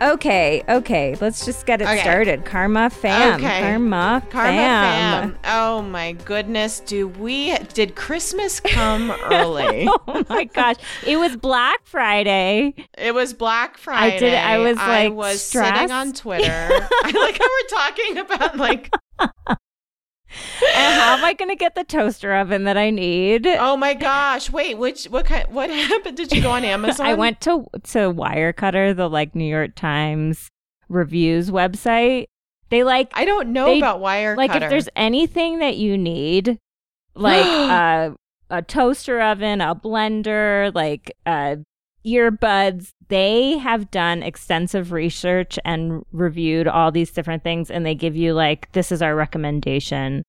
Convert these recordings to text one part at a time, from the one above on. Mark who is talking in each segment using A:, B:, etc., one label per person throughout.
A: Okay, okay. Let's just get it
B: Okay.
A: started. Karma fam.
B: Okay.
A: Karma,
B: Karma
A: fam.
B: fam. Oh my goodness. Do we did Christmas come early?
A: Oh my gosh. It was Black Friday.
B: It was Black
A: I
B: Friday.
A: did- I was,
B: I
A: like,
B: was
A: stressed.
B: sitting on Twitter. I like how we're talking about like
A: And Uh, how am I going to get the toaster oven that I need?
B: oh my gosh. Wait, which what kind what happened? Did you go on Amazon?
A: I went to to Wirecutter, the like New York Times reviews website. They like
B: I don't know
A: They-
B: about wire
A: like
B: cutter.
A: if there's anything that you need, like uh, a toaster oven, a blender, like uh, earbuds, they have done extensive research and reviewed all these different things, and they give you like this is our recommendation.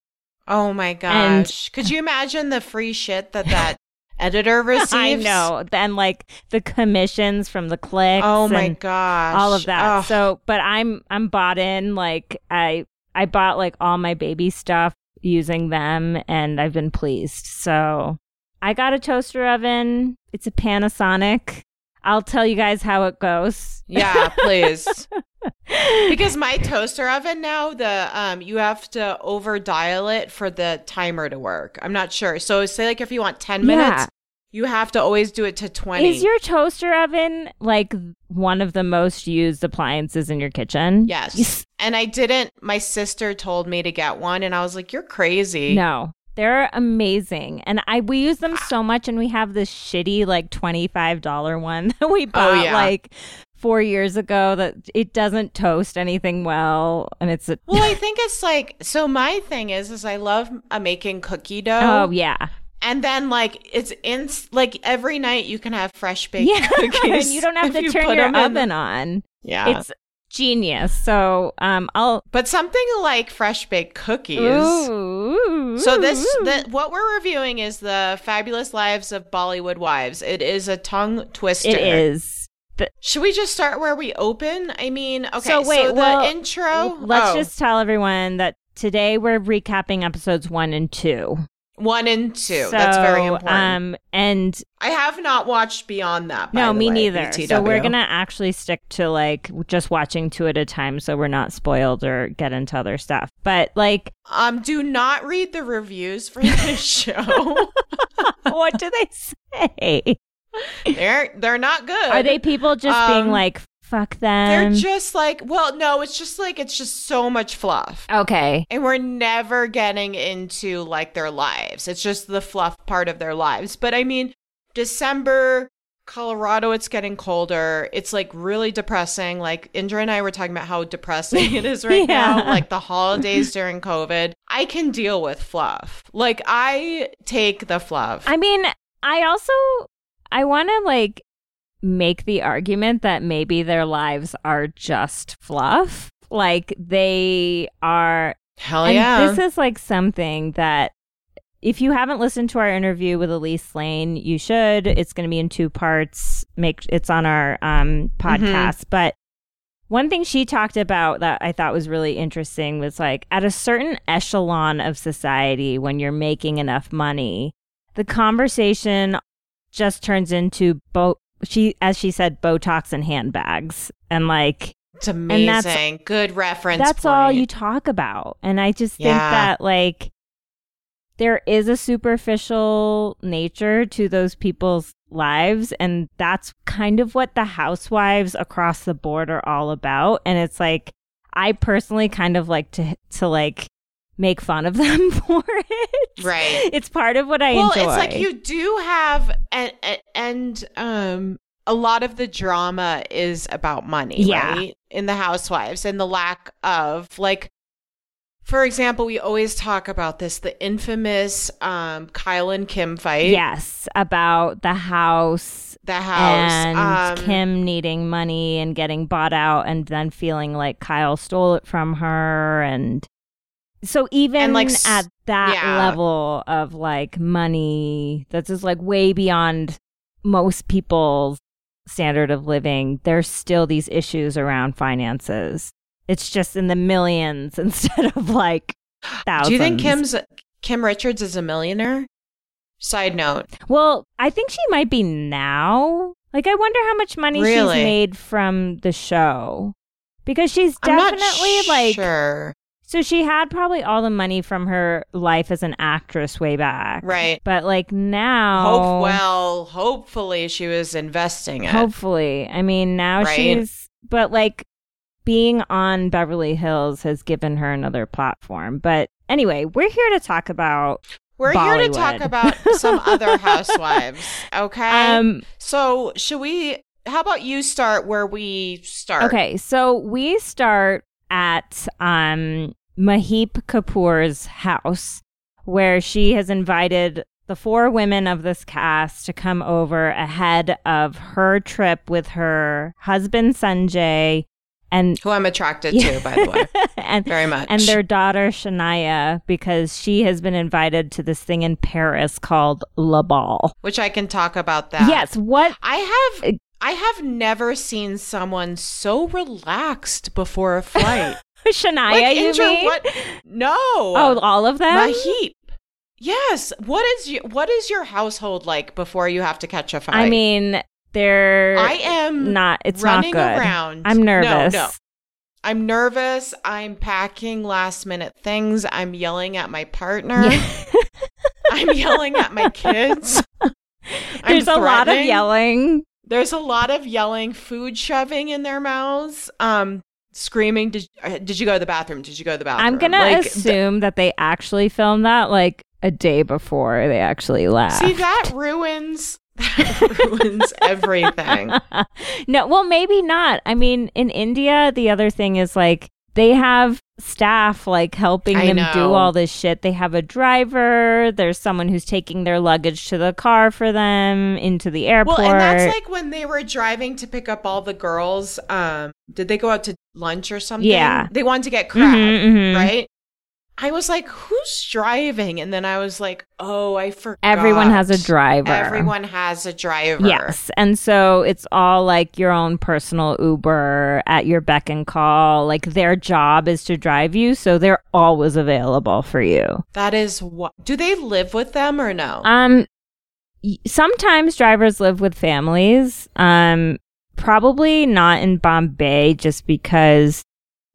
B: Oh my
A: And-
B: gosh. Could you imagine the free shit that that editor receives?
A: I know. Then like the commissions from the clicks.
B: Oh my
A: and-
B: gosh.
A: all of that.
B: Ugh.
A: So, but I'm I'm bought in. Like I I bought like all my baby stuff using them, and I've been pleased. So I got a toaster oven. It's a Panasonic. I'll tell you guys how it goes.
B: yeah, please. because my toaster oven now the um you have to over dial it for the timer to work. I'm not sure. So say like if you want 10
A: Yeah.
B: minutes, you have to always do it to 20.
A: Is your toaster oven like one of the most used appliances in your kitchen?
B: Yes. And I didn't my sister told me to get one and I was like you're crazy.
A: No. They're amazing. And I we use them so
B: Ah.
A: much and we have this shitty like $25 one that we bought
B: Oh, yeah.
A: like 4 years ago that it doesn't toast anything well and it's a
B: Well, I think it's like so my thing is is I love uh, making cookie dough.
A: Oh yeah.
B: And then like it's in like every night you can have fresh baked
A: Yeah.
B: cookies.
A: and you don't have
B: if
A: to
B: you
A: turn
B: put
A: your
B: 'em in-
A: oven on.
B: Yeah.
A: It's genius. So um I'll
B: but something like fresh baked cookies.
A: Ooh.
B: So this
A: ooh.
B: the, what we're reviewing is the Fabulous Lives of Bollywood Wives. It is a tongue twister.
A: it is.
B: Should we just start where we open? I mean, okay.
A: So wait,
B: the
A: well,
B: intro.
A: Let's
B: oh,
A: just tell everyone that today we're recapping episodes 1 and 2.
B: one and two. That's very
A: So,
B: important.
A: Um, and
B: I have not watched beyond that. by
A: no,
B: the
A: me
B: way,
A: neither. So
B: BTW.
A: we're gonna actually stick to like just watching two at a time, so we're not spoiled or get into other stuff. But like,
B: um do not read the reviews for this show.
A: what do they say?
B: they're they're not good.
A: Are they people just being
B: Um,
A: like, "Fuck
B: They're
A: them"?
B: just like well, no, it's just like it's just so much fluff.
A: okay.
B: And we're never getting into like their lives. It's just the fluff part of their lives. But I mean, December, Colorado, it's getting colder. It's like really depressing. Like Indra and I were talking about how depressing it is right
A: Yeah.
B: now. Like the holidays during COVID. I can deal with fluff. Like I take the fluff.
A: I mean, I also I want to like make the argument that maybe their lives are just fluff. Like they are
B: Hell
A: and
B: yeah.
A: This is like something that if you haven't listened to our interview with Elise Lane, you should. It's going to be in two parts. Make it's on our um
B: Mm-hmm.
A: podcast, but one thing she talked about that I thought was really interesting was like at a certain echelon of society when you're making enough money, the conversation just turns into bo she as she said botox and handbags and like
B: it's amazing.
A: that's-
B: Good reference.
A: that's all
B: point.
A: you talk about and i just think
B: Yeah.
A: that like there is a superficial nature to those people's lives and that's kind of what the housewives across the board are all about and it's like i personally kind of like to to like make fun of them for it
B: Right.
A: it's part of what i
B: well
A: enjoy
B: it's like you do have and and um a lot of the drama is about money
A: Yeah.
B: right in the housewives and the lack of like for example we always talk about this the infamous um kyle and kim fight
A: yes about the house
B: the house
A: and
B: um,
A: Kim needing money and getting bought out and then feeling like Kyle stole it from her and so even
B: And, like, s-
A: at that
B: yeah.
A: level of like money that's just like way beyond most people's standard of living there's still these issues around finances it's just in the millions instead of like thousands
B: do you think kim's kim richards is a millionaire side note
A: Well, I think she might be now. Like, I wonder how much money she's
B: Really?
A: made from the show. because she's
B: I'm not
A: definitely like
B: sure.
A: so she had probably all the money from her life as an actress way back.
B: Right.
A: But like now
B: Hope well, hopefully she was investing it.
A: Hopefully. I mean, now
B: Right?
A: she's, but like being on Beverly Hills has given her another platform. But anyway, we're here to talk about,
B: We're here to talk
A: Bollywood.
B: about some other housewives. Okay.
A: um,
B: so should we how about you start where we start?
A: okay. So we start at, um, Mahip Kapoor's house where she has invited the four women of this cast to come over ahead of her trip with her husband, Sanjay, and
B: Who I'm attracted
A: Yeah.
B: to, by the way.
A: and
B: Very much.
A: and their daughter Shania because she has been invited to this thing in Paris called La Ball.
B: which I can talk about that.
A: Yes, what?
B: I
A: Uh,
B: have I have never seen someone so relaxed before a flight.
A: Shania,
B: like,
A: you
B: Indra,
A: mean?
B: what? No.
A: Oh, all of them?
B: Mahip. Yes. What is your what is your household like before you have to catch a fight?
A: I mean, they're
B: I am
A: not it's not
B: running
A: good.
B: around.
A: I'm nervous.
B: No, no. I'm nervous. I'm packing last minute things. I'm yelling at my partner.
A: Yeah.
B: I'm yelling at my kids. I'm
A: There's a lot of
B: threatening.
A: yelling.
B: There's a lot of yelling, food shoving in their mouths, um, screaming. Did uh, did you go to the bathroom? Did you go to the bathroom?
A: I'm going to
B: Like,
A: assume that they actually filmed that like a day before they actually left.
B: See that ruins that ruins everything.
A: no, well, maybe not. I mean, in India, the other thing is like they have staff like helping
B: I
A: them do
B: know.
A: all this shit. They have a driver, there's someone who's taking their luggage to the car for them into the airport.
B: Well, and that's like when they were driving to pick up all the girls. Um, did they go out to lunch or something?
A: Yeah.
B: They wanted to get crab,
A: Mhm, mhm.
B: right? I was like, who's driving? And then I was like, oh, I forgot.
A: Everyone has a driver.
B: Everyone has a driver.
A: Yes. And so it's all like your own personal Uber at your beck and call. Like their job is to drive you, so they're always available for you.
B: That is what. Do they live with them or no?
A: Um, y- sometimes drivers live with families. Um, probably not in Bombay just because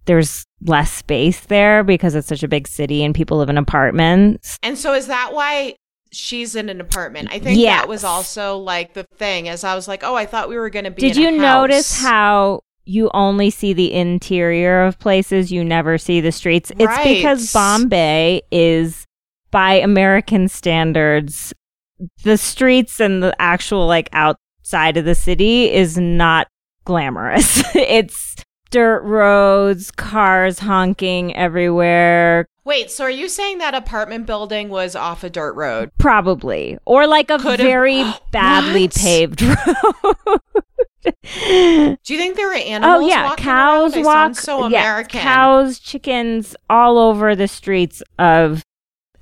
A: there's less space there because it's such a big city and people live in apartments.
B: and so is that why she's in an apartment? I think
A: Yes.
B: that was also like the thing. As I was like, oh, I thought we were going to be.
A: Did
B: in
A: you
B: a
A: notice
B: house.
A: how you only see the interior of places? You never see the streets. It's
B: Right.
A: because Bombay is, by American standards, the streets and the actual like outside of the city is not glamorous. it's dirt roads, cars honking everywhere,
B: Wait, so are you saying that apartment building was off a dirt road?
A: probably, or like a
B: Could've-
A: very badly
B: What?
A: paved road.
B: Do you think there were animals?
A: oh yeah,
B: walking
A: cows
B: around? I
A: walk.
B: sound so
A: yes,
B: American.
A: cows, chickens, all over the streets of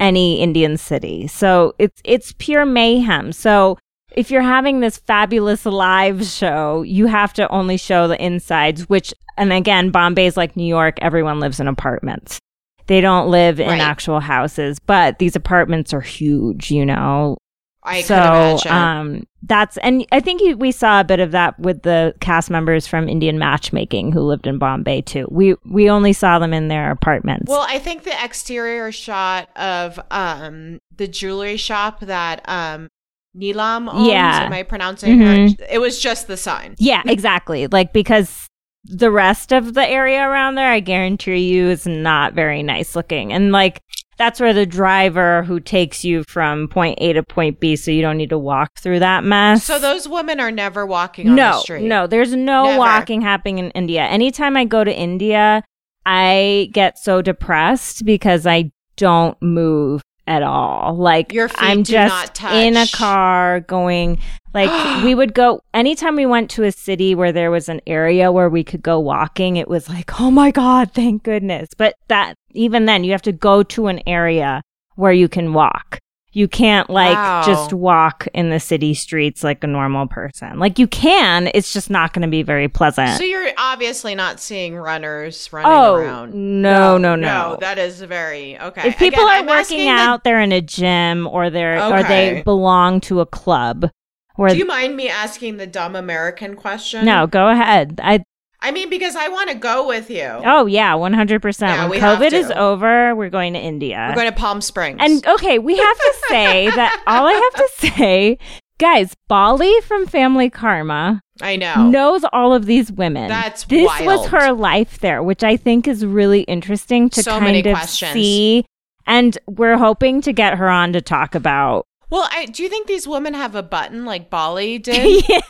A: any Indian city. So it's it's pure mayhem. So if you're having this fabulous live show, you have to only show the insides. Which, and again, Bombay's like New York. Everyone lives in apartments. They don't live in
B: Right.
A: actual houses, but these apartments are huge. You know,
B: I
A: so
B: could imagine.
A: um that's and i think you, we saw a bit of that with the cast members from indian matchmaking who lived in bombay too we we only saw them in their apartments
B: well, I think the exterior shot of um the jewelry shop that um Neelam owns.
A: Yeah.
B: Am I pronouncing
A: Mhm.
B: her? It was just the sign.
A: yeah exactly like because the rest of the area around there i guarantee you is not very nice looking and like that's where the driver who takes you from point a to point b so you don't need to walk through that mess
B: So those women are never walking on the
A: no,
B: street.
A: no, there's no
B: Never.
A: walking happening in India. Anytime I go to India, I get so depressed because I don't move at all. Like
B: Your feet
A: I'm
B: do
A: just
B: not
A: in a
B: touch.
A: car going like we would go anytime we went to a city where there was an area where we could go walking, it was like, "Oh my god, thank goodness." But that even then you have to go to an area where you can walk. You can't like
B: Wow.
A: just walk in the city streets like a normal person. Like you can, it's just not going to be very pleasant.
B: So you're obviously not seeing runners running
A: oh
B: around.
A: no, no, no.
B: That is very okay.
A: if people
B: Again,
A: are
B: I'm asking
A: working
B: the-
A: out, they're in a gym or they're or they
B: Okay.
A: belong to a club. Where
B: do you mind me asking the dumb American question?
A: no, go ahead. I
B: I mean, because I want to go with you.
A: Oh yeah, one hundred percent.
B: Yeah,
A: When
B: we have
A: COVID
B: to.
A: is over, we're going to India.
B: We're going to Palm Springs.
A: and okay, we have to say that all I have to say, guys, Bali from Family Karma
B: I know.
A: knows all of these women.
B: That's
A: this was
B: wild.
A: her life there, which I think is really interesting to
B: So
A: kind
B: many
A: of
B: questions.
A: see. And we're hoping to get her on to talk about.
B: Well, I, do you think these women have a button like Bali did?
A: Yeah.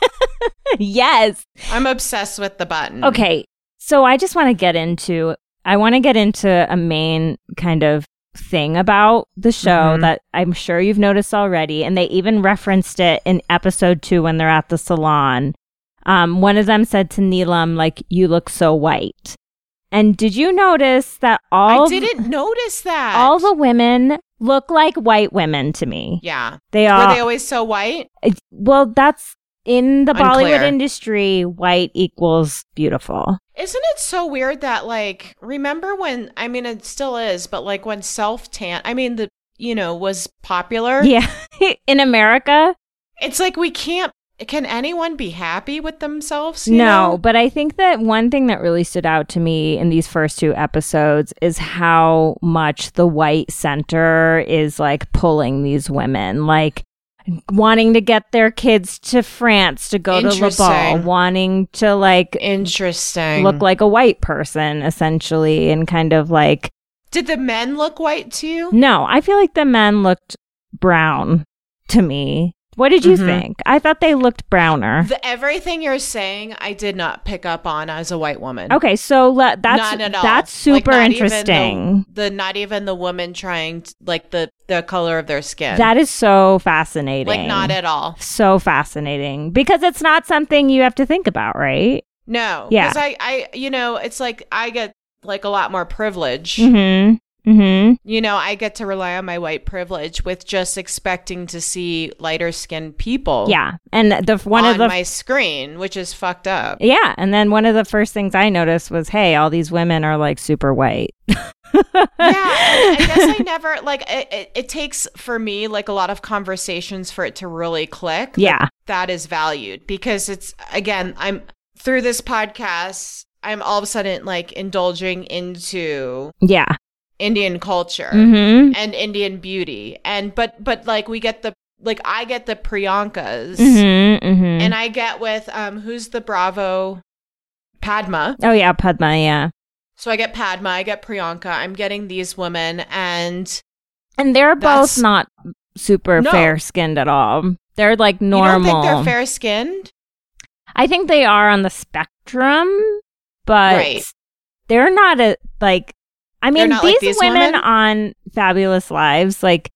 A: yes.
B: I'm obsessed with the button.
A: Okay. So I just want to get into I want to get into a main kind of thing about the show
B: Mhm.
A: that I'm sure you've noticed already and they even referenced it in episode 2 when they're at the salon. Um one of them said to Neelam like you look so white. And did you notice that all
B: I
A: of-
B: didn't notice that.
A: all the women look like white women to me.
B: yeah.
A: They
B: Were
A: all
B: they always so white?
A: it's- well that's in the
B: Unclear.
A: Bollywood industry white equals beautiful.
B: Isn't it so weird that like remember when I mean it still is, but like when self tan I mean the you know was popular.
A: Yeah. in America?
B: It's like we can't can anyone be happy with themselves? you
A: No,
B: know?
A: but I think that one thing that really stood out to me in these first two episodes is how much the white center is like pulling these women, like wanting to get their kids to France to go to Le Bal,
B: Interesting.
A: wanting to like
B: Interesting.
A: look like a white person essentially and kind of like
B: Did the men look white to you?
A: no, I feel like the men looked brown to me. What did you
B: Mhm.
A: think? I thought they looked browner.
B: The, everything you're saying, I did not pick up on as a white woman.
A: Okay, so le- that's
B: None at all.
A: that's
B: Like,
A: super
B: not even the-
A: interesting.
B: The, not even the woman trying t- like the the color of their skin.
A: That is so fascinating.
B: like not at all.
A: so fascinating because it's not something you have to think about, right?
B: No.
A: Yeah.
B: Because I I you know it's like I get like a lot more privilege.
A: Mm-hmm. Mm-hmm.
B: You know I get to rely on my white privilege with just expecting to see lighter skinned people.
A: Yeah, and the one
B: on
A: of the
B: my screen, which is fucked up.
A: yeah, and then one of the first things I noticed was, hey, all these women are like super white.
B: yeah, and I guess I never like it, it. It takes for me like a lot of conversations for it to really click. that
A: yeah,
B: that is valued because it's again i'm through this podcast i'm all of a sudden like indulging into
A: yeah.
B: indian culture
A: Mm-hmm.
B: and indian beauty and but but like we get the like i get the priyankas
A: Mm-hmm. Mm-hmm.
B: and i get with um who's the bravo padma
A: oh yeah, Padma. Yeah,
B: so i get padma i get priyanka i'm getting these women and
A: and they're
B: That's-
A: both not super
B: No.
A: fair skinned at all. They're like normal.
B: you don't think they're fair skinned
A: I think they are on the spectrum, but
B: Right.
A: they're not a like. I
B: They're
A: mean,
B: not
A: these,
B: like these
A: women,
B: women?
A: on Fabulous Lives, like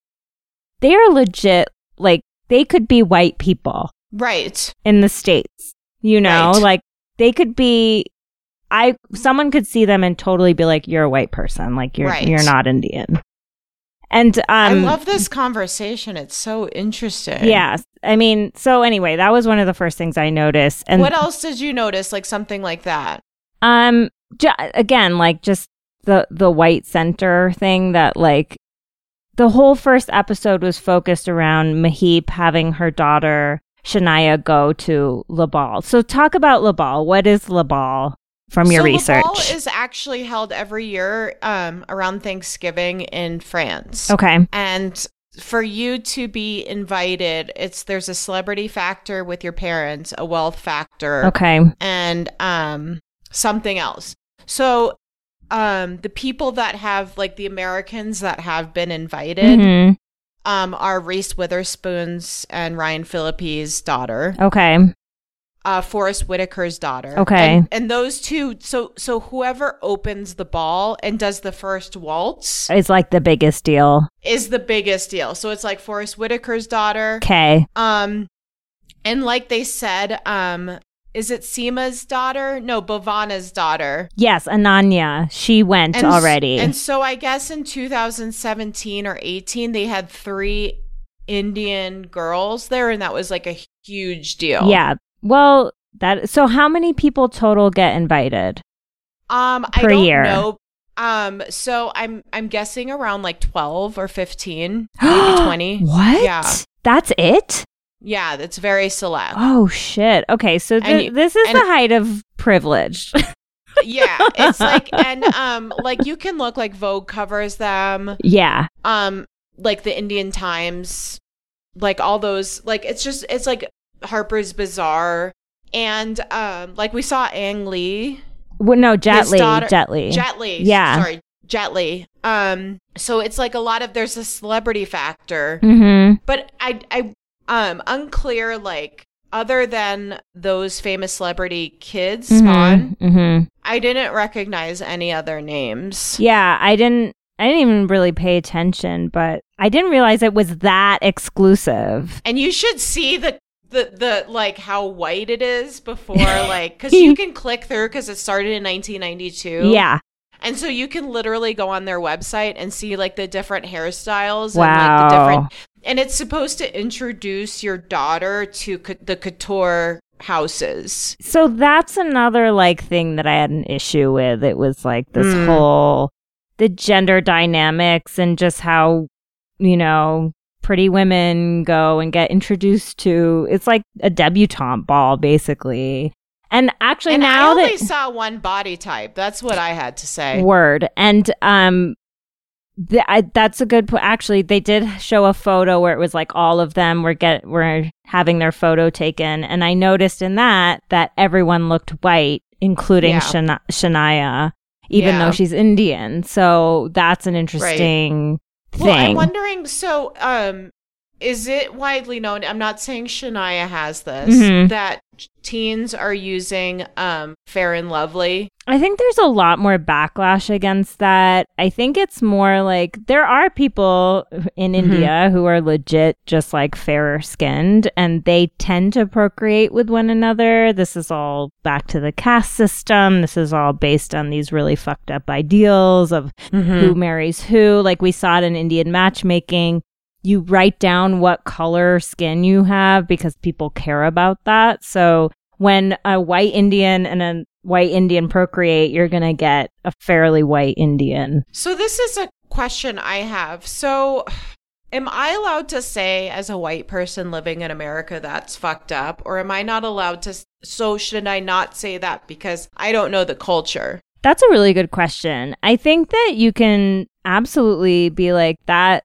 A: they are legit. Like they could be white people
B: right
A: in the states. You know,
B: Right.
A: like they could be. I someone could see them and totally be like, "You're a white person. Like you're
B: Right.
A: you're not Indian." And um,
B: i love this conversation it's so interesting
A: yeah. I mean, so anyway, that was one of the first things I noticed. And
B: what else did you notice? Like something like that.
A: Um, ju- again, like just the the white center thing that like the whole first episode was focused around Mahip having her daughter Shania go to Labal. So talk about Labal. What is Labal from your
B: so
A: research?
B: Ball is actually held every year um, around Thanksgiving in France.
A: okay.
B: And for you to be invited, it's there's a celebrity factor with your parents, a wealth factor,
A: Okay.
B: and um, something else. So um, the people that have like the Americans that have been invited
A: Mhm.
B: um, are Reese Witherspoon's and Ryan Phillippe's daughter.
A: Okay.
B: uh Forrest Whitaker's daughter.
A: Okay.
B: And, and those two so so whoever opens the ball and does the first waltz
A: It's like the biggest deal.
B: is the biggest deal. So it's like Forrest Whitaker's daughter.
A: Okay.
B: Um and like they said, um is it Seema's daughter? No, Bovana's daughter.
A: Yes, Ananya. She went
B: And s-
A: already.
B: And so I guess in 2017 or 18 they had 3 Indian girls there and that was like a huge deal.
A: yeah. Well, that. So how many people total get invited?
B: Um,
A: per
B: I don't
A: year?
B: know. Um, so I'm I'm guessing around like twelve or fifteen, maybe twenty.
A: What?
B: Yeah,
A: That's it?
B: yeah, that's very select.
A: Oh shit. Okay, so
B: And
A: th-
B: you-
A: this is
B: and-
A: the height of privileged.
B: yeah, it's like and um like you can look like Vogue covers them,
A: yeah.
B: um like the Indian Times, like all those like it's just it's like Harper's Bazaar and um like we saw Ang Lee,
A: Well, no, Jet
B: His
A: Li.
B: daughter-
A: Jet Li.
B: Jet Li,
A: Yeah.
B: sorry, Jet Li. Um so it's like a lot of there's a celebrity factor.
A: hmm
B: But I, I, um, unclear. Like other than those famous celebrity kids,
A: Mm-hmm.
B: Spawn,
A: hmm
B: I didn't recognize any other names.
A: Yeah, I didn't. I didn't even really pay attention, but I didn't realize it was that exclusive.
B: And you should see the the the like how white it is before like because you can click through because it started in 1992.
A: Yeah.
B: and so you can literally go on their website and see like the different hairstyles and like the
A: Wow.
B: different. And it's supposed to introduce your daughter to ca- the couture houses.
A: So that's another like thing that I had an issue with. It was like this
B: Mm.
A: whole the gender dynamics and just how, you know, pretty women go and get introduced to it's like a debutante ball basically. And actually
B: and
A: now
B: I only
A: that
B: saw one body type. That's what I had to say.
A: word and um th- I, that's a good point actually they did show a photo where it was like all of them were get were having their photo taken and i noticed in that that everyone looked white including
B: Yeah.
A: Shana- shania even
B: Yeah.
A: though she's indian so that's an interesting thing
B: Well, I'm wondering. So, um, is it widely known? I'm not saying Shania has this
A: Mhm.
B: that teens are using um Fair and Lovely.
A: I think there's a lot more backlash against that. I think it's more like there are people in India who are legit just like fairer skinned and they tend to procreate with one another. This is all back to the caste system. This is all based on these really fucked up ideals of who marries who. Like we saw it in Indian matchmaking. You write down what color skin you have because people care about that. So when a white Indian and a white Indian procreate, you're going to get a fairly white Indian.
B: So this is a question I have. So, am I allowed to say as a white person living in America that's fucked up, or am I not allowed to? s- So should I not say that because I don't know the culture?
A: That's a really good question. I think that you can absolutely be like that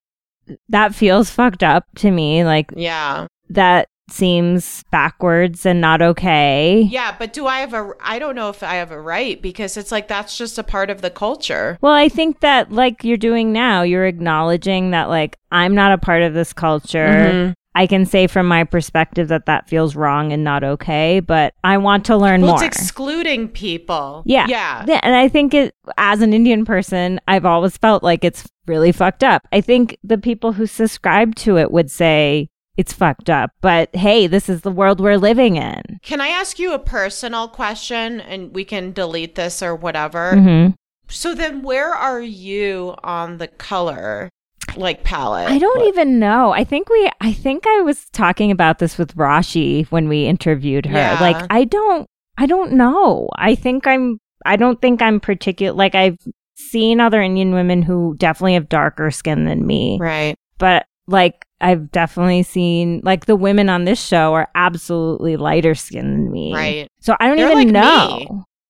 A: that feels fucked up to me like
B: Yeah.
A: that seems backwards and not okay.
B: Yeah, but do I have a? I don't know if I have a right because it's like that's just a part of the culture.
A: Well, I think that like you're doing now, you're acknowledging that like I'm not a part of this culture.
B: Mm-hmm.
A: I can say from my perspective that that feels wrong and not okay, but I want to learn
B: Well,
A: more.
B: it's excluding people.
A: yeah.
B: yeah,
A: Yeah, And I think it, as an Indian person, I've always felt like it's really fucked up. I think the people who subscribe to it would say it's fucked up, but hey, this is the world we're living in.
B: Can I ask you a personal question, and we can delete this or whatever?
A: Mhm.
B: So then, where are you on the color, like palette?
A: I don't even know. I think we I think I was talking about this with Rashi when we interviewed her.
B: Yeah.
A: Like I don't I don't know. I think I'm I don't think I'm particular like I've seen other Indian women who definitely have darker skin than me.
B: Right.
A: But like I've definitely seen like the women on this show are absolutely lighter skin than me.
B: Right.
A: So I don't
B: They're
A: even
B: like
A: know.
B: me.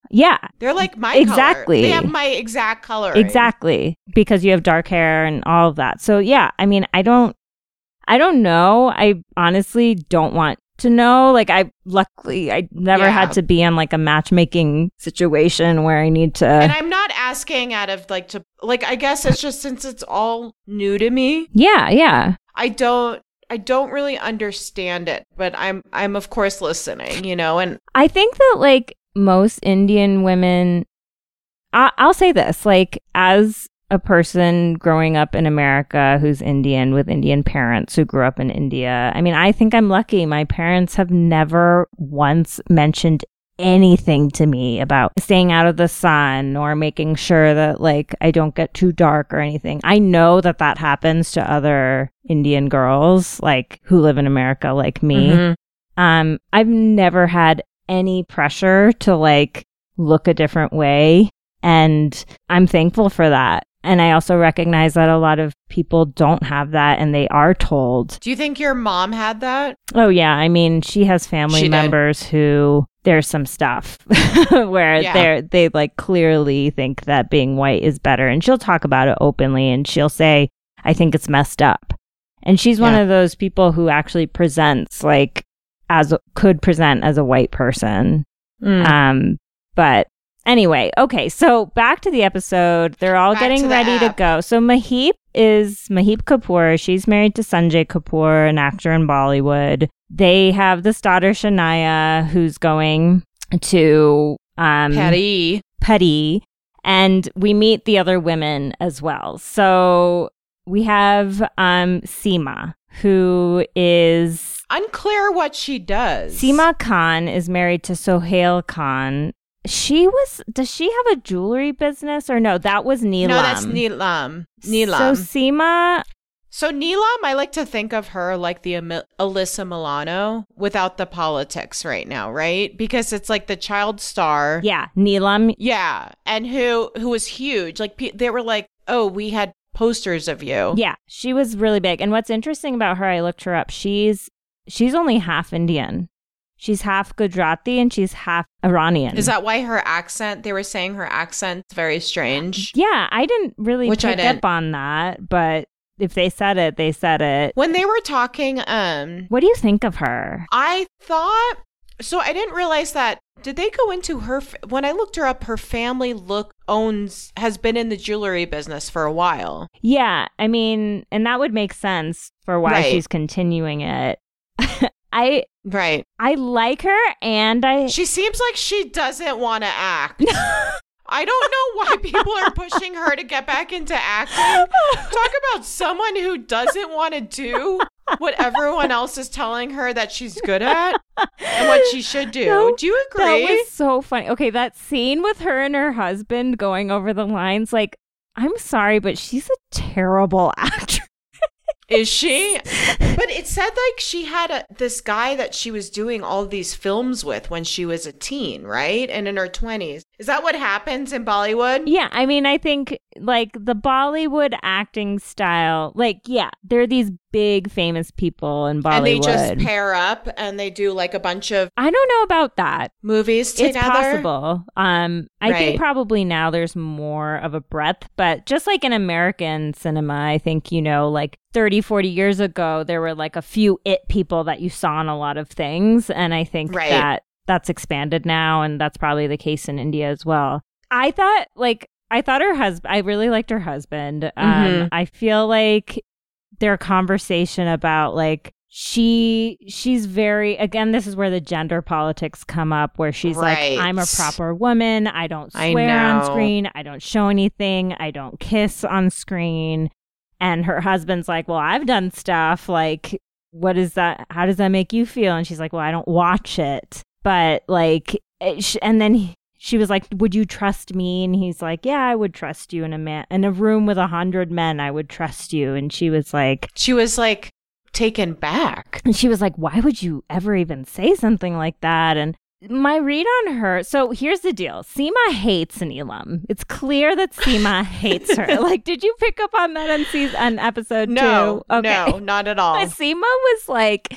A: Yeah,
B: They're like my
A: Exactly.
B: Color. They have my exact color.
A: Exactly, because you have dark hair and all of that. So yeah, I mean, I don't, I don't know. I honestly don't want to know. Like, I luckily I never
B: Yeah.
A: had to be in like a matchmaking situation where I need to.
B: And I'm not asking out of like to like. I guess it's just since it's all new to me.
A: yeah, yeah,
B: I don't I don't really understand it, but I'm I'm of course listening, you know, and
A: I think that like most Indian women, I- I'll say this, like as a person growing up in America who's Indian with Indian parents who grew up in India, I mean, I think I'm lucky. My parents have never once mentioned anything to me about staying out of the sun or making sure that like I don't get too dark or anything. I know that that happens to other Indian girls like who live in America like me. Um, I've never had any pressure to like look a different way. And I'm thankful for that. And I also recognize that a lot of people don't have that and they are told.
B: Do you think your mom had that?
A: Oh, yeah. I mean, she has family
B: She did.
A: members who there's some stuff where
B: Yeah.
A: they're, they like clearly think that being white is better. And she'll talk about it openly and she'll say, I think it's messed up. And she's one
B: Yeah.
A: of those people who actually presents like as could present as a white person.
B: Hmm. Mm.
A: Um, but anyway, okay. So back to the episode. They're all
B: Back
A: getting
B: to the
A: ready to
B: app.
A: go. So Mahip is Mahip Kapoor. She's married to Sanjay Kapoor, an actor in Bollywood. They have this daughter Shania, who's going to um,
B: Patty.
A: Petty, and we meet the other women as well. So we have um, Seema, who is
B: Unclear what she does.
A: Seema Khan is married to Sohail Khan. She was. Does she have a jewelry business or no? That was Neelam.
B: No, that's Neelam. Neelam.
A: So Seema,
B: So Neelam, I like to think of her like the Ami- Alyssa Milano without the politics right now, right? Because it's like the child star.
A: yeah, Neelam.
B: Yeah, and who who was huge. Like pe- they were like, "Oh, we had posters of you."
A: Yeah, she was really big. And what's interesting about her, I looked her up. She's she's only half Indian. She's half Gujarati and she's half Iranian.
B: Is that why her accent? They were saying her accent's very strange.
A: Yeah, I didn't really
B: Which I
A: pick
B: didn't.
A: up on that, but if they said it, they said it.
B: When they were talking, um,
A: What do you think of her?
B: I thought so. I didn't realize that. Did they go into her? f- When I looked her up, her family look owns has been in the jewelry business for a while.
A: Yeah, I mean, and that would make sense for why
B: Right.
A: she's continuing it. I
B: Right.
A: I like her and I
B: She seems like she doesn't want to act. I don't know why people are pushing her to get back into acting. Talk about someone who doesn't want to do what everyone else is telling her that she's good at and what she should do.
A: No,
B: do you
A: That
B: agree?
A: was so funny. Okay, that scene with her and her husband going over the lines like I'm sorry, but she's a terrible actress.
B: Is she? But it said like she had a, this guy that she was doing all these films with when she was a teen, right? And in her 20s. Is that what happens in Bollywood?
A: Yeah, I mean, I think like the Bollywood acting style, like yeah, there are these big famous people in Bollywood.
B: And they just pair up and they do like a bunch of
A: I don't know about that.
B: movies
A: it's
B: together.
A: possible. Um, I think
B: Right.
A: probably now there's more of a breadth, but just like in American cinema, I think, you know, like 30, 40 years ago, there were like a few it people that you saw in a lot of things. And I think
B: Right.
A: that that's expanded now. And that's probably the case in India as well. I thought, like, I thought her husband, I really liked her husband. Um,
B: Mhm.
A: I feel like their conversation about like she she's very again this is where the gender politics come up where she's
B: Right.
A: like i'm a proper woman i don't
B: I
A: swear on
B: know.
A: screen i don't show anything i don't kiss on screen and her husband's like well i've done stuff like what is that how does that make you feel and she's like well i don't watch it but like it sh- and then he, she was like would you trust me and he's like yeah i would trust you in a man in a room with a hundred men i would trust you and she was like
B: She was like taken back.
A: and she was like, Why would you ever even say something like that? And my read on her so here's the deal Seema hates Neelam. It's clear that Seema hates her. Like, did you pick up on that on, season, on episode
B: No,
A: two?
B: no, not at all.
A: Seema was like,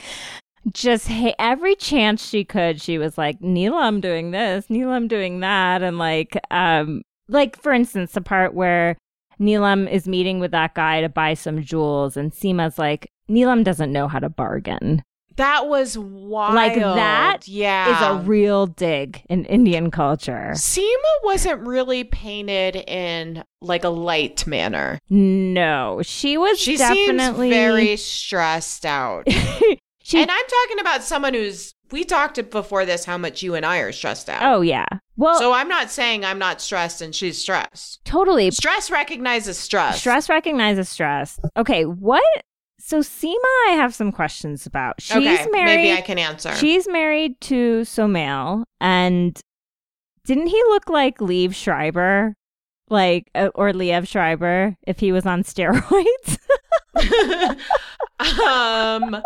A: just ha- every chance she could, she was like, Neelam doing this, Neelam doing that. And like, um, like for instance, the part where Neelam is meeting with that guy to buy some jewels, and Seema's like, Neelam doesn't know how to bargain.
B: That was wild.
A: that
B: yeah.
A: Is a real dig in Indian culture.
B: Seema wasn't really painted in like a light manner.
A: No, she was
B: She
A: definitely
B: seems very stressed out.
A: she
B: and I'm talking about someone who's we talked before this how much you and I are stressed out.
A: Oh yeah. Well,
B: uh, So I'm not saying I'm not stressed and she's stressed.
A: totally.
B: Stress recognizes stress.
A: Stress recognizes stress. Okay, what? So Seema, I have some questions about. She's
B: okay,
A: married.
B: maybe I can answer.
A: She's married to Somail, and didn't he look like Liev Schreiber, like uh, or Liev Schreiber if he was on steroids?
B: um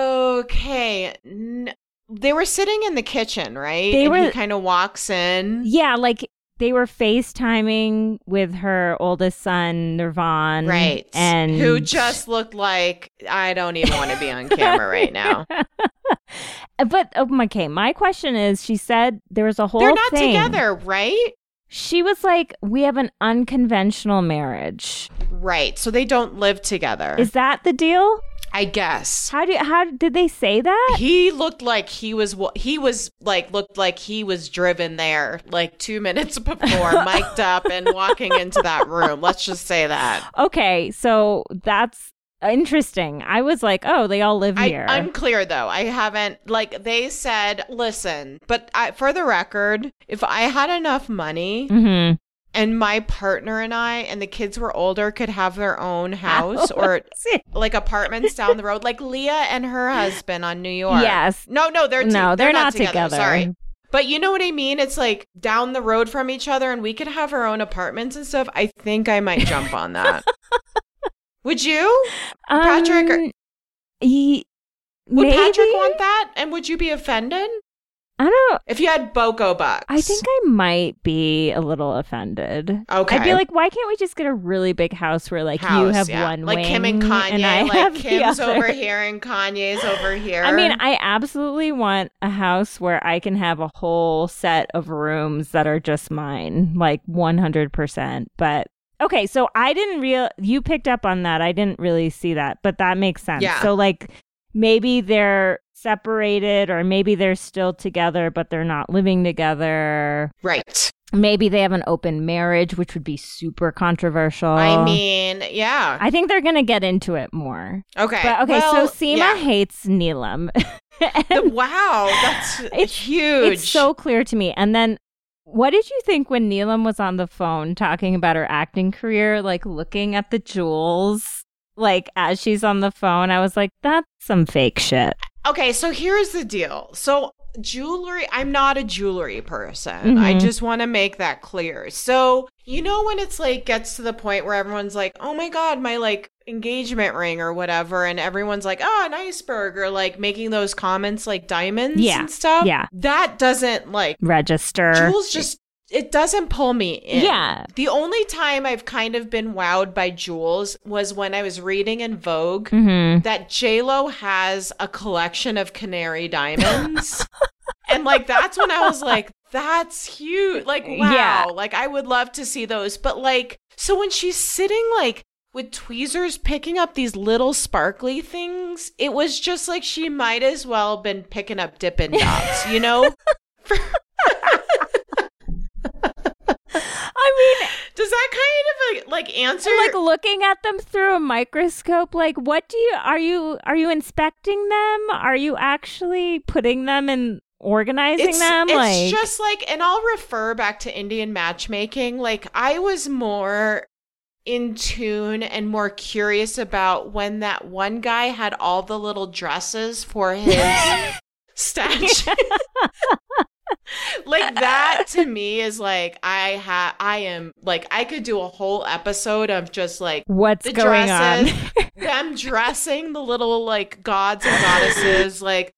B: okay. N- they were sitting in the kitchen, right?
A: They
B: and
A: were-
B: he kind of walks in.
A: Yeah, like they were FaceTiming with her oldest son, Nirvan.
B: Right.
A: And
B: Who just looked like I don't even want to be on camera right now.
A: But oh, okay, my question is she said there was a whole
B: They're not
A: thing.
B: together, right?
A: She was like, We have an unconventional marriage.
B: Right. So they don't live together.
A: Is that the deal?
B: I guess.
A: How do you, how did they say that?
B: He looked like he was wa- he was like looked like he was driven there like 2 minutes before, mic'd up and walking into that room. Let's just say that.
A: Okay, so that's interesting. I was like, Oh, they all live
B: I,
A: here.
B: unclear though. I haven't like they said, listen, but I, for the record, if I had enough money,
A: hmm
B: and my partner and I and the kids were older could have their own house or like apartments down the road, like Leah and her husband on New York.
A: Yes.
B: No, no, they're
A: No,
B: to-
A: they're, not, together.
B: Sorry. But you know what I mean? It's like down the road from each other and we could have our own apartments and stuff. I think I might jump on that. Would you? Patrick, or-
A: Um, he,
B: Would
A: maybe?
B: Patrick want that? And would you be offended?
A: I don't.
B: If you had Boko Bucks.
A: I think I might be a little offended.
B: Okay.
A: I'd be like, why can't we just get a really big house where like you
B: House,
A: have
B: yeah.
A: one
B: like Kim and
A: wing
B: Kanye,
A: I
B: like
A: have the
B: Kim's
A: other?
B: over here and Kanye's over here.
A: I mean, I absolutely want a house where I can have a whole set of rooms that are just mine, like 100%. But okay, so I didn't real you picked up on that. I didn't really see that, but that makes sense.
B: Yeah.
A: So like maybe they're separated or maybe they're still together but they're not living together.
B: right.
A: Maybe they have an open marriage, which would be super controversial.
B: I mean, yeah.
A: I think they're going to get into it more.
B: Okay.
A: But okay,
B: Well,
A: so Seema
B: yeah.
A: hates Neelam.
B: The- wow, that's
A: It's-
B: huge.
A: It's so clear to me. And then what did you think when Neelam was on the phone talking about her acting career, like looking at the jewels? Like as she's on the phone, I was like, that's some fake shit.
B: okay. So here's the deal. So jewelry. I'm not a jewelry person. I
A: Mhm.
B: just want to make that clear. So you know when it's like gets to the point where everyone's like, oh my god, my like engagement ring or whatever, and everyone's like, oh, an iceberg, or like making those comments like diamonds
A: Yeah,
B: and stuff.
A: yeah.
B: That doesn't like
A: Register.
B: Jewels just it doesn't pull me in.
A: Yeah.
B: The only time I've kind of been wowed by Jewels was when I was reading in Vogue
A: hmm
B: that J Lo has a collection of canary diamonds. and like that's when I was like, that's huge. Like, wow.
A: Yeah.
B: Like I would love to see those. But like, so when she's sitting like with tweezers picking up these little sparkly things, it was just like she might as well been picking up dippin' dots, you know?
A: I mean,
B: Does that kind of like, like answer?
A: like looking at them through a microscope like what do you are you are you inspecting them are you actually putting them and organizing
B: it's,
A: them
B: it's
A: like
B: just like, and I'll refer back to Indian matchmaking. Like I was more in tune and more curious about when that one guy had all the little dresses for his statue. like that to me is like I ha I am like I could do a whole episode of just like
A: what's
B: the
A: going
B: dresses,
A: on
B: them dressing the little like gods and goddesses, like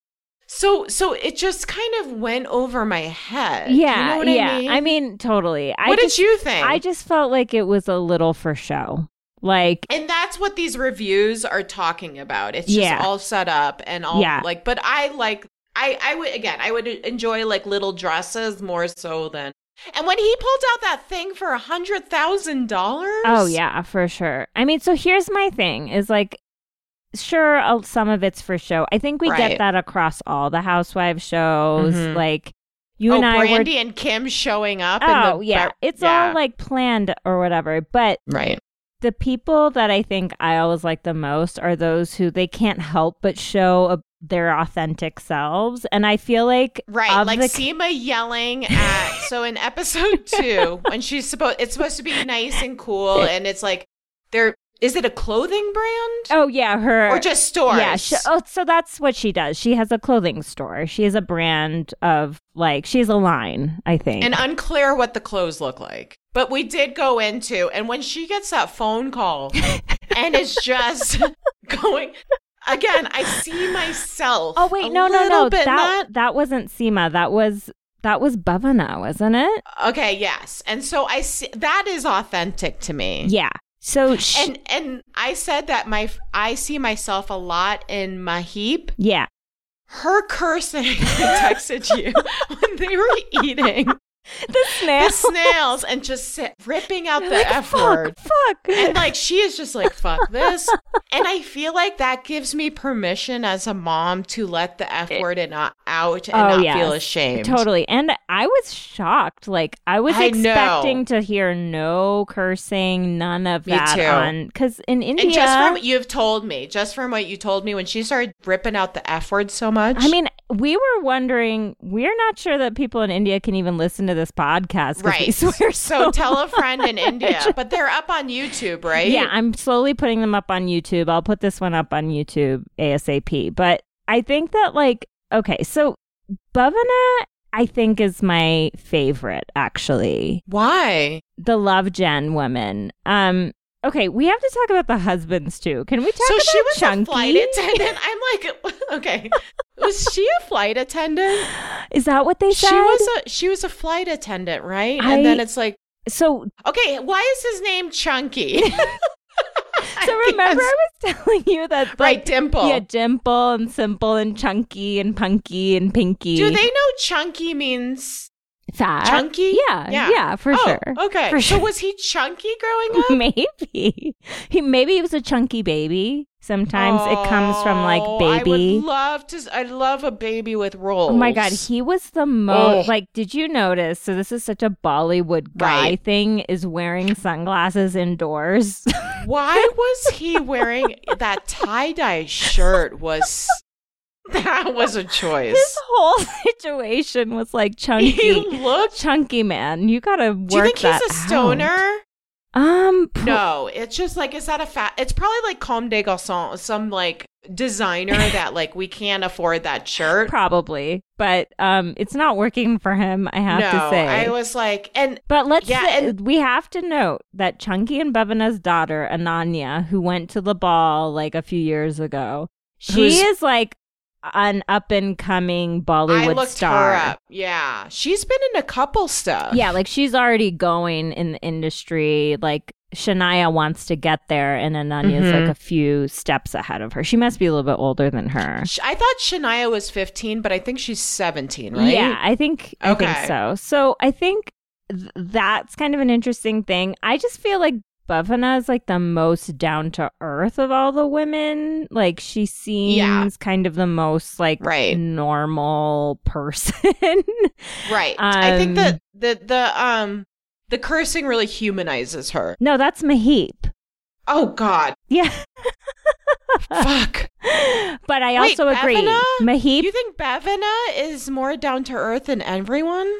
B: so so it just kind of went over my head.
A: yeah
B: you know what
A: yeah
B: I mean.
A: totally i
B: what
A: just
B: did you think?
A: i just felt like it was a little for show like
B: and that's what these reviews are talking about. It's
A: Yeah.
B: just all set up and all
A: Yeah.
B: like. But I like I I would again I would enjoy like little dresses more so than. And when he pulled out that thing for a hundred thousand dollars,
A: Oh yeah, for sure. I mean, so here's my thing: is like, sure, uh, some of it's for show. I think we
B: Right.
A: get that across all the housewives shows.
B: Mhm.
A: Like, you
B: oh,
A: and I were
B: Brandy and Kim showing up.
A: Oh
B: in the,
A: yeah, it's
B: yeah.
A: all like planned or whatever. But
B: right.
A: the people that I think I always like the most are those who they can't help but show a, their authentic selves, and I feel like
B: Right,
A: of
B: like
A: the-
B: Seema yelling at. so in episode two, when she's supposed, it's supposed to be nice and cool, and it's like there is it a clothing brand
A: oh yeah, her
B: or just stores?
A: Yeah. She, oh, so that's what she does. She has a clothing store. She has a brand of like she has a line, I think.
B: and unclear what the clothes look like. But we did go into, and when she gets that phone call, and it's just going again. I see myself.
A: oh wait,
B: a
A: no, no,
B: little
A: no. That
B: bit not-
A: that wasn't Seema. That was That was Bhavana, wasn't it?
B: Okay, yes. And so I see that is authentic to me.
A: Yeah. So she,
B: And and I said that my I see myself a lot in Mahip.
A: yeah,
B: Her cursing I texted you when they were eating
A: the snail.
B: the snails and just sit, ripping out the
A: Like,
B: F word.
A: fuck, fuck.
B: And like she is just like fuck this. And I feel like that gives me permission as a mom to let the F word and not out and
A: Oh,
B: not
A: yes.
B: feel ashamed.
A: Totally. And I was shocked. Like I was
B: I know.
A: expecting to hear no cursing, none of
B: Me
A: that
B: too.
A: on cuz in India
B: And just from what you've told me, just from what you told me when she started ripping out the F word so much.
A: I mean, we were wondering, we're not sure that people in India can even listen to this podcast 'cause we
B: right.
A: swear
B: so
A: so,
B: tell a friend in India, but they're up on YouTube, right?
A: Yeah, I'm slowly putting them up on YouTube. I'll put this one up on YouTube ASAP. But I think that like okay, so Bhavana I think is my favorite actually.
B: Why?
A: the love gen woman. Um, okay, we have to talk about the husbands too. Can we talk
B: so
A: about
B: she was
A: Chunky?
B: a flight attendant. I'm like, okay, was she a flight attendant?
A: Is that what they said?
B: She was a she was a flight attendant, right?
A: I-
B: and then it's like,
A: so
B: okay, why is his name Chunky?
A: so remember I was telling you that like,
B: right, Dimple.
A: Yeah, dimple and simple and chunky and punky and pinky.
B: Do they know Chunky means
A: fat?
B: chunky?
A: Uh, Yeah, yeah,
B: Yeah.
A: for
B: oh,
A: sure.
B: Okay,
A: For sure.
B: so was he chunky growing up?
A: maybe he maybe he was a chunky baby. Sometimes it comes from like
B: Oh, I
A: baby.
B: would love to. s- I love a baby with rolls.
A: Oh my god, he was the most
B: Ugh.
A: like. Did you notice? So this is such a Bollywood guy
B: Right.
A: thing is wearing sunglasses indoors.
B: Why was he wearing that tie dye shirt? Was that was a
A: this
B: choice?
A: whole situation was like
B: He
A: chunky,
B: looked.
A: chunky man. You gotta work
B: Do you think he's
A: that
B: a stoner?
A: out. Um, pr-
B: No, it's just like is that a fat? It's probably like Comme des Garçons, some like designer that like we can't afford that shirt.
A: probably, but um, it's not working for him. I have
B: no,
A: to say.
B: I was like, and
A: But let's
B: Yeah,
A: say-
B: and-
A: we have to note that Chunky and Bhavana's daughter, Ananya, who went to the ball like a few years ago, she
B: Who's-
A: is like an up and coming Bollywood
B: I looked
A: star.
B: her up. Yeah, she's been in a couple stuff.
A: Yeah, like she's already going in the industry. Like Shania wants to get there, and Ananya's
B: Mhm.
A: like a few steps ahead of her. She must be a little bit older than her.
B: Sh- I thought Shania was 15, but I think she's 17, right?
A: Yeah, I think I
B: Okay.
A: think so. So I think th- that's kind of an interesting thing. I just feel like Bhavana is like the most down to earth of all the women. Like she seems
B: Yeah.
A: kind of the most like
B: Right.
A: normal person.
B: Right. I think
A: Um,
B: that the the um the cursing really humanizes her.
A: no, that's Mahip.
B: Oh God.
A: Yeah,
B: Fuck.
A: but I
B: Wait,
A: also agree.
B: Bhavana?
A: Mahip.
B: You think Bavina is more down to earth than everyone?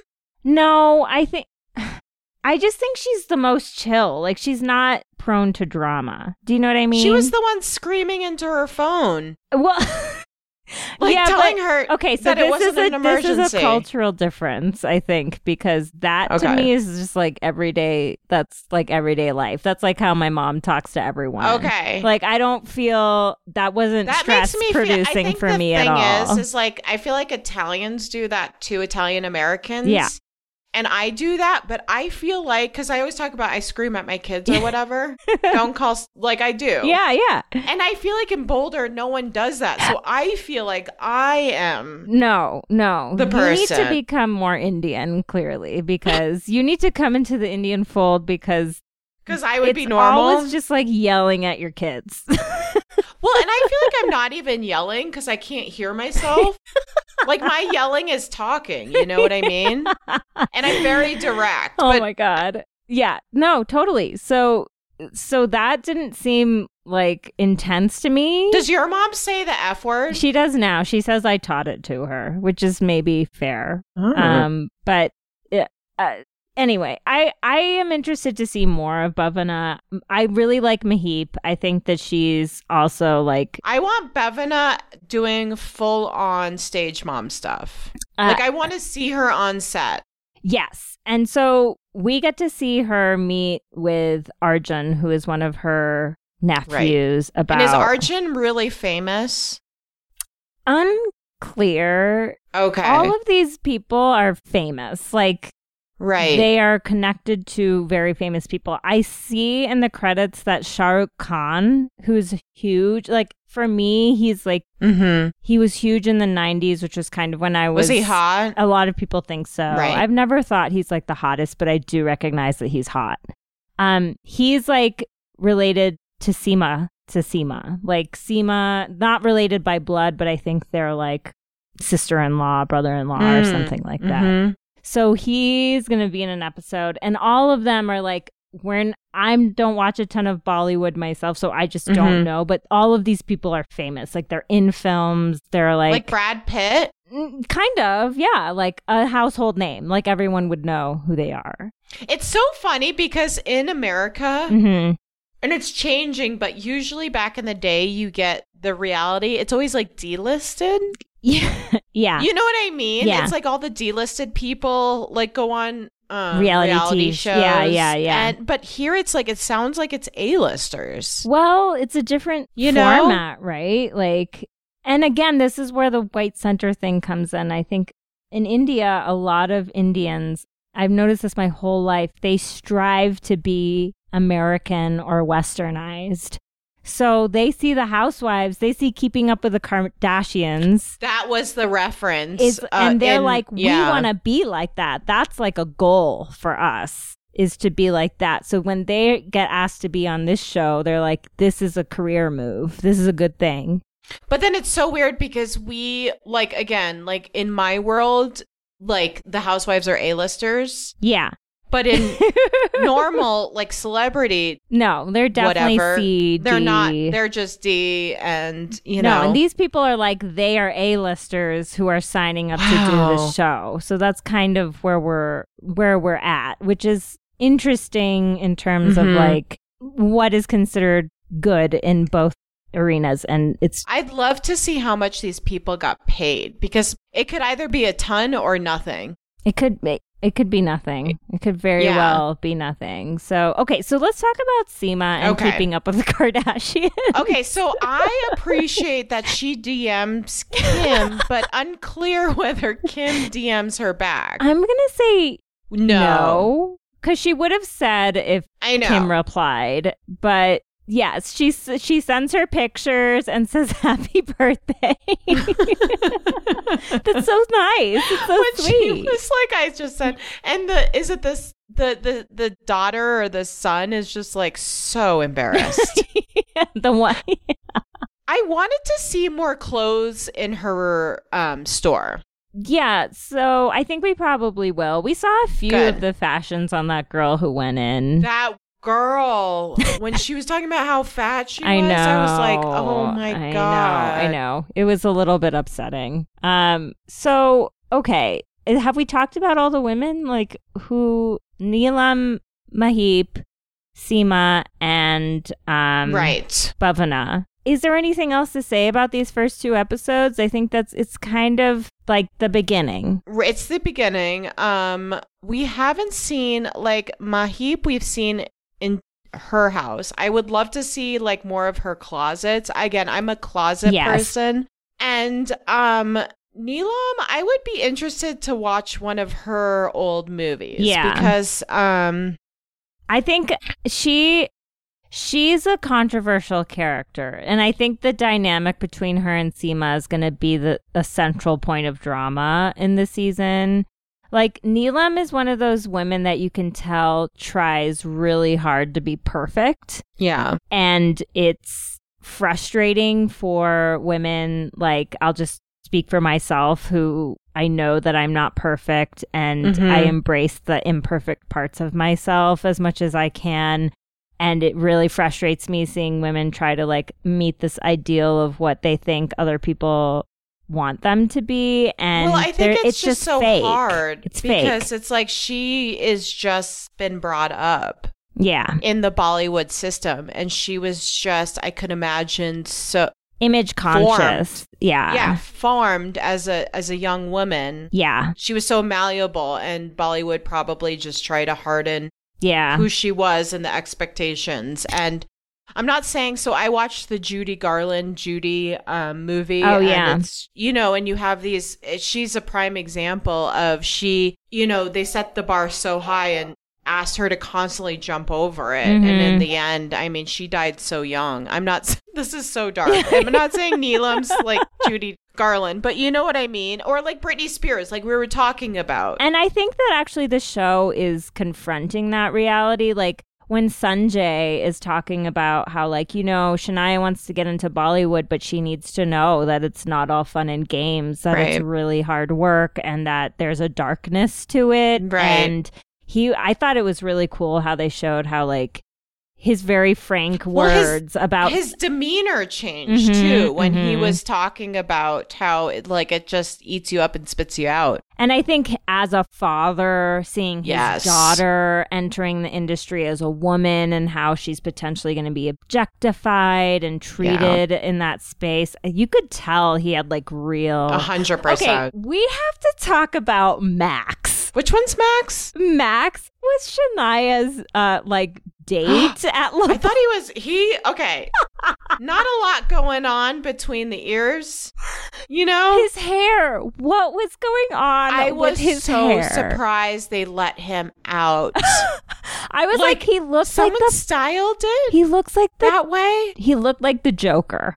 A: no, I think. I just think she's the most chill. Like she's not prone to drama. Do you know what I mean?
B: She was the one screaming into her phone.
A: Well,
B: Like
A: yeah,
B: telling
A: but,
B: her
A: okay. So
B: that
A: this
B: it wasn't
A: is a,
B: an
A: This is
B: emergency.
A: a cultural difference, I think, because that to
B: Okay.
A: me is just like everyday. That's like everyday life. That's like how my mom talks to everyone.
B: Okay.
A: Like I don't feel that wasn't
B: that
A: stress
B: makes me feel- I
A: producing
B: think
A: for
B: the
A: me
B: thing
A: at all.
B: Is, is like I feel like Italians do that to Italian Americans.
A: Yeah.
B: And I do that, but I feel like because I always talk about I scream at my kids or whatever. Don't call s- like I do.
A: yeah, yeah.
B: And I feel like in Boulder, no one does that. So I feel like I am.
A: No, no.
B: The
A: You need to
B: person.
A: become more Indian, clearly, because you need to come into the Indian fold because
B: Because I would
A: it's
B: be normal.
A: always just like yelling at your kids.
B: Well, and I feel like I'm not even yelling because I can't hear myself. like my yelling is talking. You know what I mean? And I'm very direct.
A: Oh
B: but
A: my god. Yeah. No, totally. So so that didn't seem like intense to me.
B: does your mom say the F word?
A: she does now. She says I taught it to her, which is maybe fair.
B: Hmm.
A: Um but uh, uh, anyway, I I am interested to see more of Bhavana. I really like Mahip. I think that she's also like
B: I want Bevina doing full on stage mom stuff.
A: Uh,
B: like I want to see her on set.
A: Yes. And so we get to see her meet with Arjun, who is one of her nephews about
B: And is Arjun really famous?
A: unclear clear.
B: Okay.
A: All of these people are famous. Like
B: right.
A: they are connected to very famous people. I see in the credits that Shah Rukh Khan, who's huge, like for me, he's like
B: mm-hmm.
A: he was huge in the '90s, which was kind of when I was.
B: Was he hot?
A: A lot of people think so.
B: Right.
A: I've never thought he's like the hottest, but I do recognize that he's hot. Um, he's like related to Seema to Seema, like Seema, not related by blood, but I think they're like sister-in-law, brother-in-law, or
B: Mm.
A: something like that.
B: Mhm.
A: So he's going to be in an episode, and all of them are like, when I don't watch a ton of Bollywood myself, so I just don't
B: Mhm.
A: know. But all of these people are famous. Like they're in films. They're
B: Like,
A: like,
B: Brad Pitt.
A: Mm, kind of, yeah, like a household name. Like everyone would know who they are.
B: It's so funny because in America,
A: hmm
B: and it's changing, but usually back in the day, you get the reality. It's always like delisted.
A: Yeah, yeah.
B: You know what I mean?
A: Yeah.
B: It's like all the delisted people like go on um,
A: Reality
B: reality,
A: TV.
B: shows.
A: Yeah, yeah, yeah.
B: And but here it's like it sounds like it's A-listers.
A: Well, it's a different
B: You know?
A: format, right? Like, and again, this is where the white center thing comes in. I think in India, a lot of Indians, I've noticed this my whole life, they strive to be American or westernized. So they see the housewives, they see keeping up with the Kardashians.
B: That was the reference.
A: It's,
B: uh,
A: and they're
B: in-
A: like, we
B: yeah.
A: want to be like that. That's like a goal for us is to be like that. So when they get asked to be on this show, they're like, this is a career move. This is a good thing.
B: But then it's so weird because we like again, like in my world, like the housewives are A-listers,
A: Yeah.
B: but in normal like celebrity
A: no, they're definitely
B: whatever.
A: C.
B: They're
A: D.
B: not. They're just D, and you
A: no,
B: know.
A: and these people are like they are A-listers who are signing up to do
B: Wow.
A: this show. So that's kind of where we're where we're at, which is interesting in terms of
B: Mhm.
A: like what is considered good in both arenas and it's
B: I'd love to see how much these people got paid because it could either be a ton or nothing.
A: It could be. It could be nothing. It could very
B: Yeah.
A: well be nothing. So, okay, so let's talk about Seema and
B: Okay.
A: keeping up with the Kardashians.
B: Okay, so I appreciate that she DMs Kim, but unclear whether Kim DMs her back.
A: I'm going to say
B: No,
A: no, because she would have said if
B: I know.
A: Kim replied. But yes, she, s- she sends her pictures and says happy birthday. That's so nice. It's so
B: when she
A: sweet.
B: was like, I just said, and the is it this the the the daughter or the son is just like so embarrassed.
A: the one.
B: I wanted to see more clothes in her um, store.
A: Yeah, so I think we probably will. We saw a few
B: Good.
A: of the fashions on that girl who went in.
B: That girl, when she was talking about how fat she
A: I
B: was,
A: know.
B: I was like, oh
A: I
B: my
A: know,
B: God.
A: I know. It was a little bit upsetting. Um so okay, Uh, have we talked about all the women like who Neelam Mahip, Seema and um
B: right.
A: Bhavana. Is there anything else to say about these first two episodes? I think that's it's kind of like the beginning.
B: R- It's the beginning. Um, we haven't seen like Mahip. We've seen in her house. I would love to see like more of her closets. Again, I'm a closet
A: Yes.
B: person, and um, Neelam, I would be interested to watch one of her old movies.
A: Yeah.
B: because um,
A: I think she she's a controversial character, and I think the dynamic between her and Seema is going to be the a central point of drama in the season. Like Neelam is one of those women that you can tell tries really hard to be perfect,
B: yeah,
A: and it's frustrating for women. Like I'll just speak for myself, who I know that I'm not perfect, and
B: Mhm.
A: I embrace the imperfect parts of myself as much as I can and it really frustrates me seeing women try to like meet this ideal of what they think other people want them to be and
B: well, I
A: they're-
B: think it's, just, so
A: fake.
B: hard
A: it's fake
B: because it's like she is just been brought up
A: yeah
B: in the Bollywood system, and she was just I could imagine so
A: image conscious yeah
B: yeah formed as a as a young woman.
A: yeah
B: She was so malleable, and Bollywood probably just tried to harden
A: yeah
B: who she was and the expectations and. I'm not saying so. I watched the Judy Garland Judy um, movie.
A: Oh,
B: and
A: yeah.
B: it's- you know, and you have these. eh, She's a prime example of she. You know, they set the bar so high and asked her to constantly jump over it, and in
A: Mhm.
B: the end, I mean, she died so young. I'm not. s- This is so dark. I'm not saying Neelam's like Judy Garland, but you know what I mean, or like Britney Spears, like we were talking about.
A: And I think that actually the show is confronting that reality. Like when Sanjay is talking about how, like, you know, Shania wants to get into Bollywood, but she needs to know that it's not all fun and games, that it's
B: Right.
A: really hard work and that there's a darkness to it.
B: Right.
A: And he, I thought it was really cool how they showed how, like, his very frank
B: Well, his-
A: words about
B: his demeanor changed
A: Mhm,
B: too when he
A: mhm.
B: was talking about how it, like it just eats you up and spits you out.
A: And I think as a father, seeing his
B: Yes.
A: daughter entering the industry as a woman and how she's potentially going to be objectified and treated in that space, you could tell he had like real.
B: A hundred
A: Oh. okay,
B: percent.
A: we have to talk about Max.
B: Which one's Max?
A: Max was Shania's uh, like date at
B: I
A: La
B: thought he was he. Okay, not a lot going on between the ears, you know.
A: His hair. What was going on
B: I
A: with
B: was
A: his
B: so
A: hair?
B: surprised they let him out.
A: I was like,
B: Like,
A: he looks like
B: Someone
A: the.
B: styled it
A: He looks like the.
B: that way.
A: He looked like the Joker.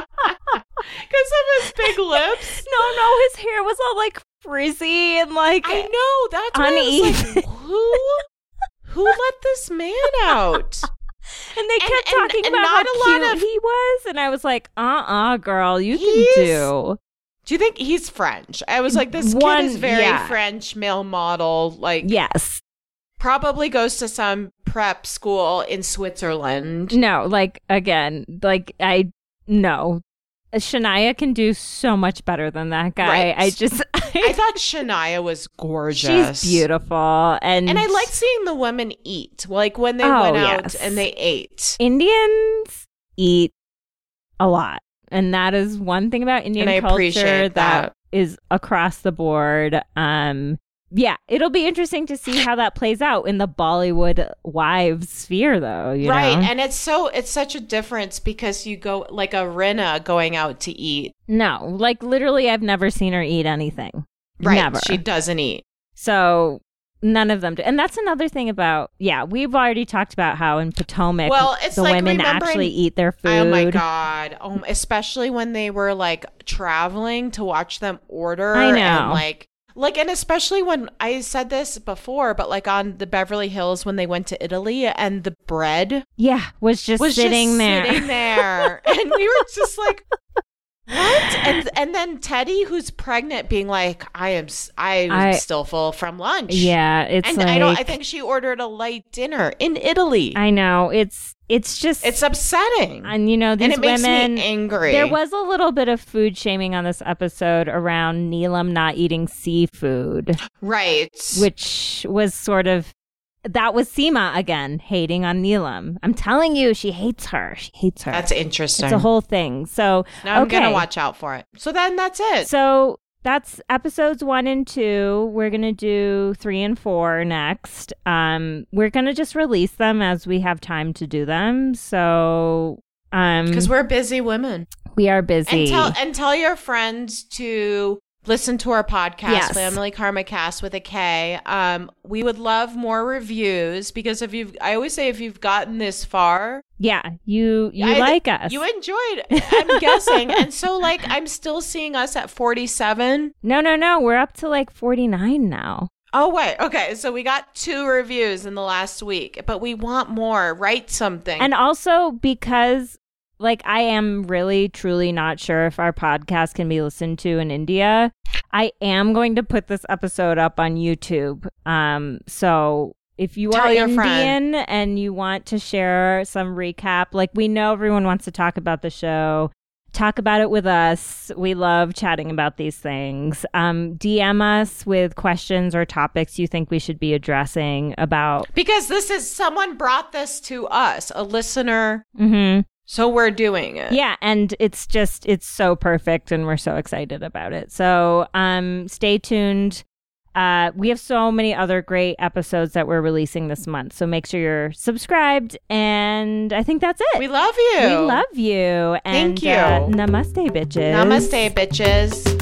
B: Because of his big lips.
A: No, no, his hair was all like frizzy and like
B: I know that's why I was like, who who let this man out?
A: and they
B: and-
A: kept
B: and-
A: talking
B: and
A: about
B: not
A: how
B: a lot
A: cute
B: of-
A: he was and I was like, "Uh-uh, girl, you
B: He's-
A: can do."
B: Do you think he's French? I was like, this
A: One-
B: kid is very
A: yeah.
B: French male model, like
A: Yes.
B: probably goes to some prep school in Switzerland.
A: No, like again, like I no. Shania can do so much better than that guy.
B: Right.
A: I just
B: I thought Shania was gorgeous.
A: she's beautiful and
B: And I liked seeing the women eat, like when they
A: Oh,
B: went out
A: yes.
B: and they ate.
A: Indians eat a lot. And that is one thing about Indian
B: And I
A: culture
B: appreciate that.
A: that is across the board. Um yeah, it'll be interesting to see how that plays out in the Bollywood wives sphere though, you
B: right.
A: know?
B: And it's so it's such a difference because you go like a Rena going out to eat.
A: No, like literally I've never seen her eat anything.
B: Right.
A: Never.
B: She doesn't eat.
A: So none of them do. And that's another thing about yeah, we've already talked about how in Potomac
B: Well, it's
A: the
B: like
A: women
B: remembering-
A: actually eat their food.
B: Oh my god! Um, especially when they were like traveling to watch them order.
A: I know.
B: And, like, like, and especially when I said this before, but like on the Beverly Hills when they went to Italy and the bread
A: Yeah, was just
B: was
A: sitting
B: just
A: there.
B: sitting there, and we were just like. What and and then Teddy, who's pregnant, being like, "I am, s- I'm
A: I-
B: still full from lunch."
A: Yeah, it's
B: and
A: like
B: I don't. I think she ordered a light dinner in Italy.
A: I know it's it's just
B: it's upsetting,
A: and you know
B: and
A: these
B: it makes
A: women.
B: me angry.
A: there was a little bit of food shaming on this episode around Neelam not eating seafood,
B: Right.
A: which was sort of that was Seema again hating on Neelam. I'm telling you, she hates her. She hates her.
B: That's interesting.
A: it's a whole thing. So
B: now I'm gonna
A: okay.
B: watch out for it. So then that's it.
A: So that's episodes one and two. We're gonna do three and four next. Um, we're gonna just release them as we have time to do them. So, um,
B: Because we're busy women.
A: we are busy.
B: And tell and tell your friends to listen to our podcast,
A: Yes.
B: Family Karma Cast with a K. Um, we would love more reviews because if you've I always say if you've gotten this far,
A: yeah, you you
B: I-
A: like us?
B: You enjoyed I'm guessing. And so like I'm still seeing us at forty seven.
A: no, no, no. We're up to like forty nine now.
B: Oh wait, okay. So we got two reviews in the last week, but we want more. Write something.
A: And also because like I am really truly not sure if our podcast can be listened to in India. I am going to put this episode up on YouTube. Um so if you
B: Tell
A: are
B: your
A: Indian
B: friend.
A: and you want to share some recap, like we know everyone wants to talk about the show. Talk about it with us. We love chatting about these things. Um, DM us with questions or topics you think we should be addressing about.
B: Because this is someone brought this to us, a listener,
A: Mhm.
B: Mm-hmm. so we're doing it.
A: Yeah, and it's just it's so perfect and we're so excited about it. So, um stay tuned Uh, we have so many other great episodes that we're releasing this month. So make sure you're subscribed. And I think that's it.
B: We love you.
A: We love you. And,
B: Thank you.
A: uh, namaste, bitches.
B: Namaste, bitches.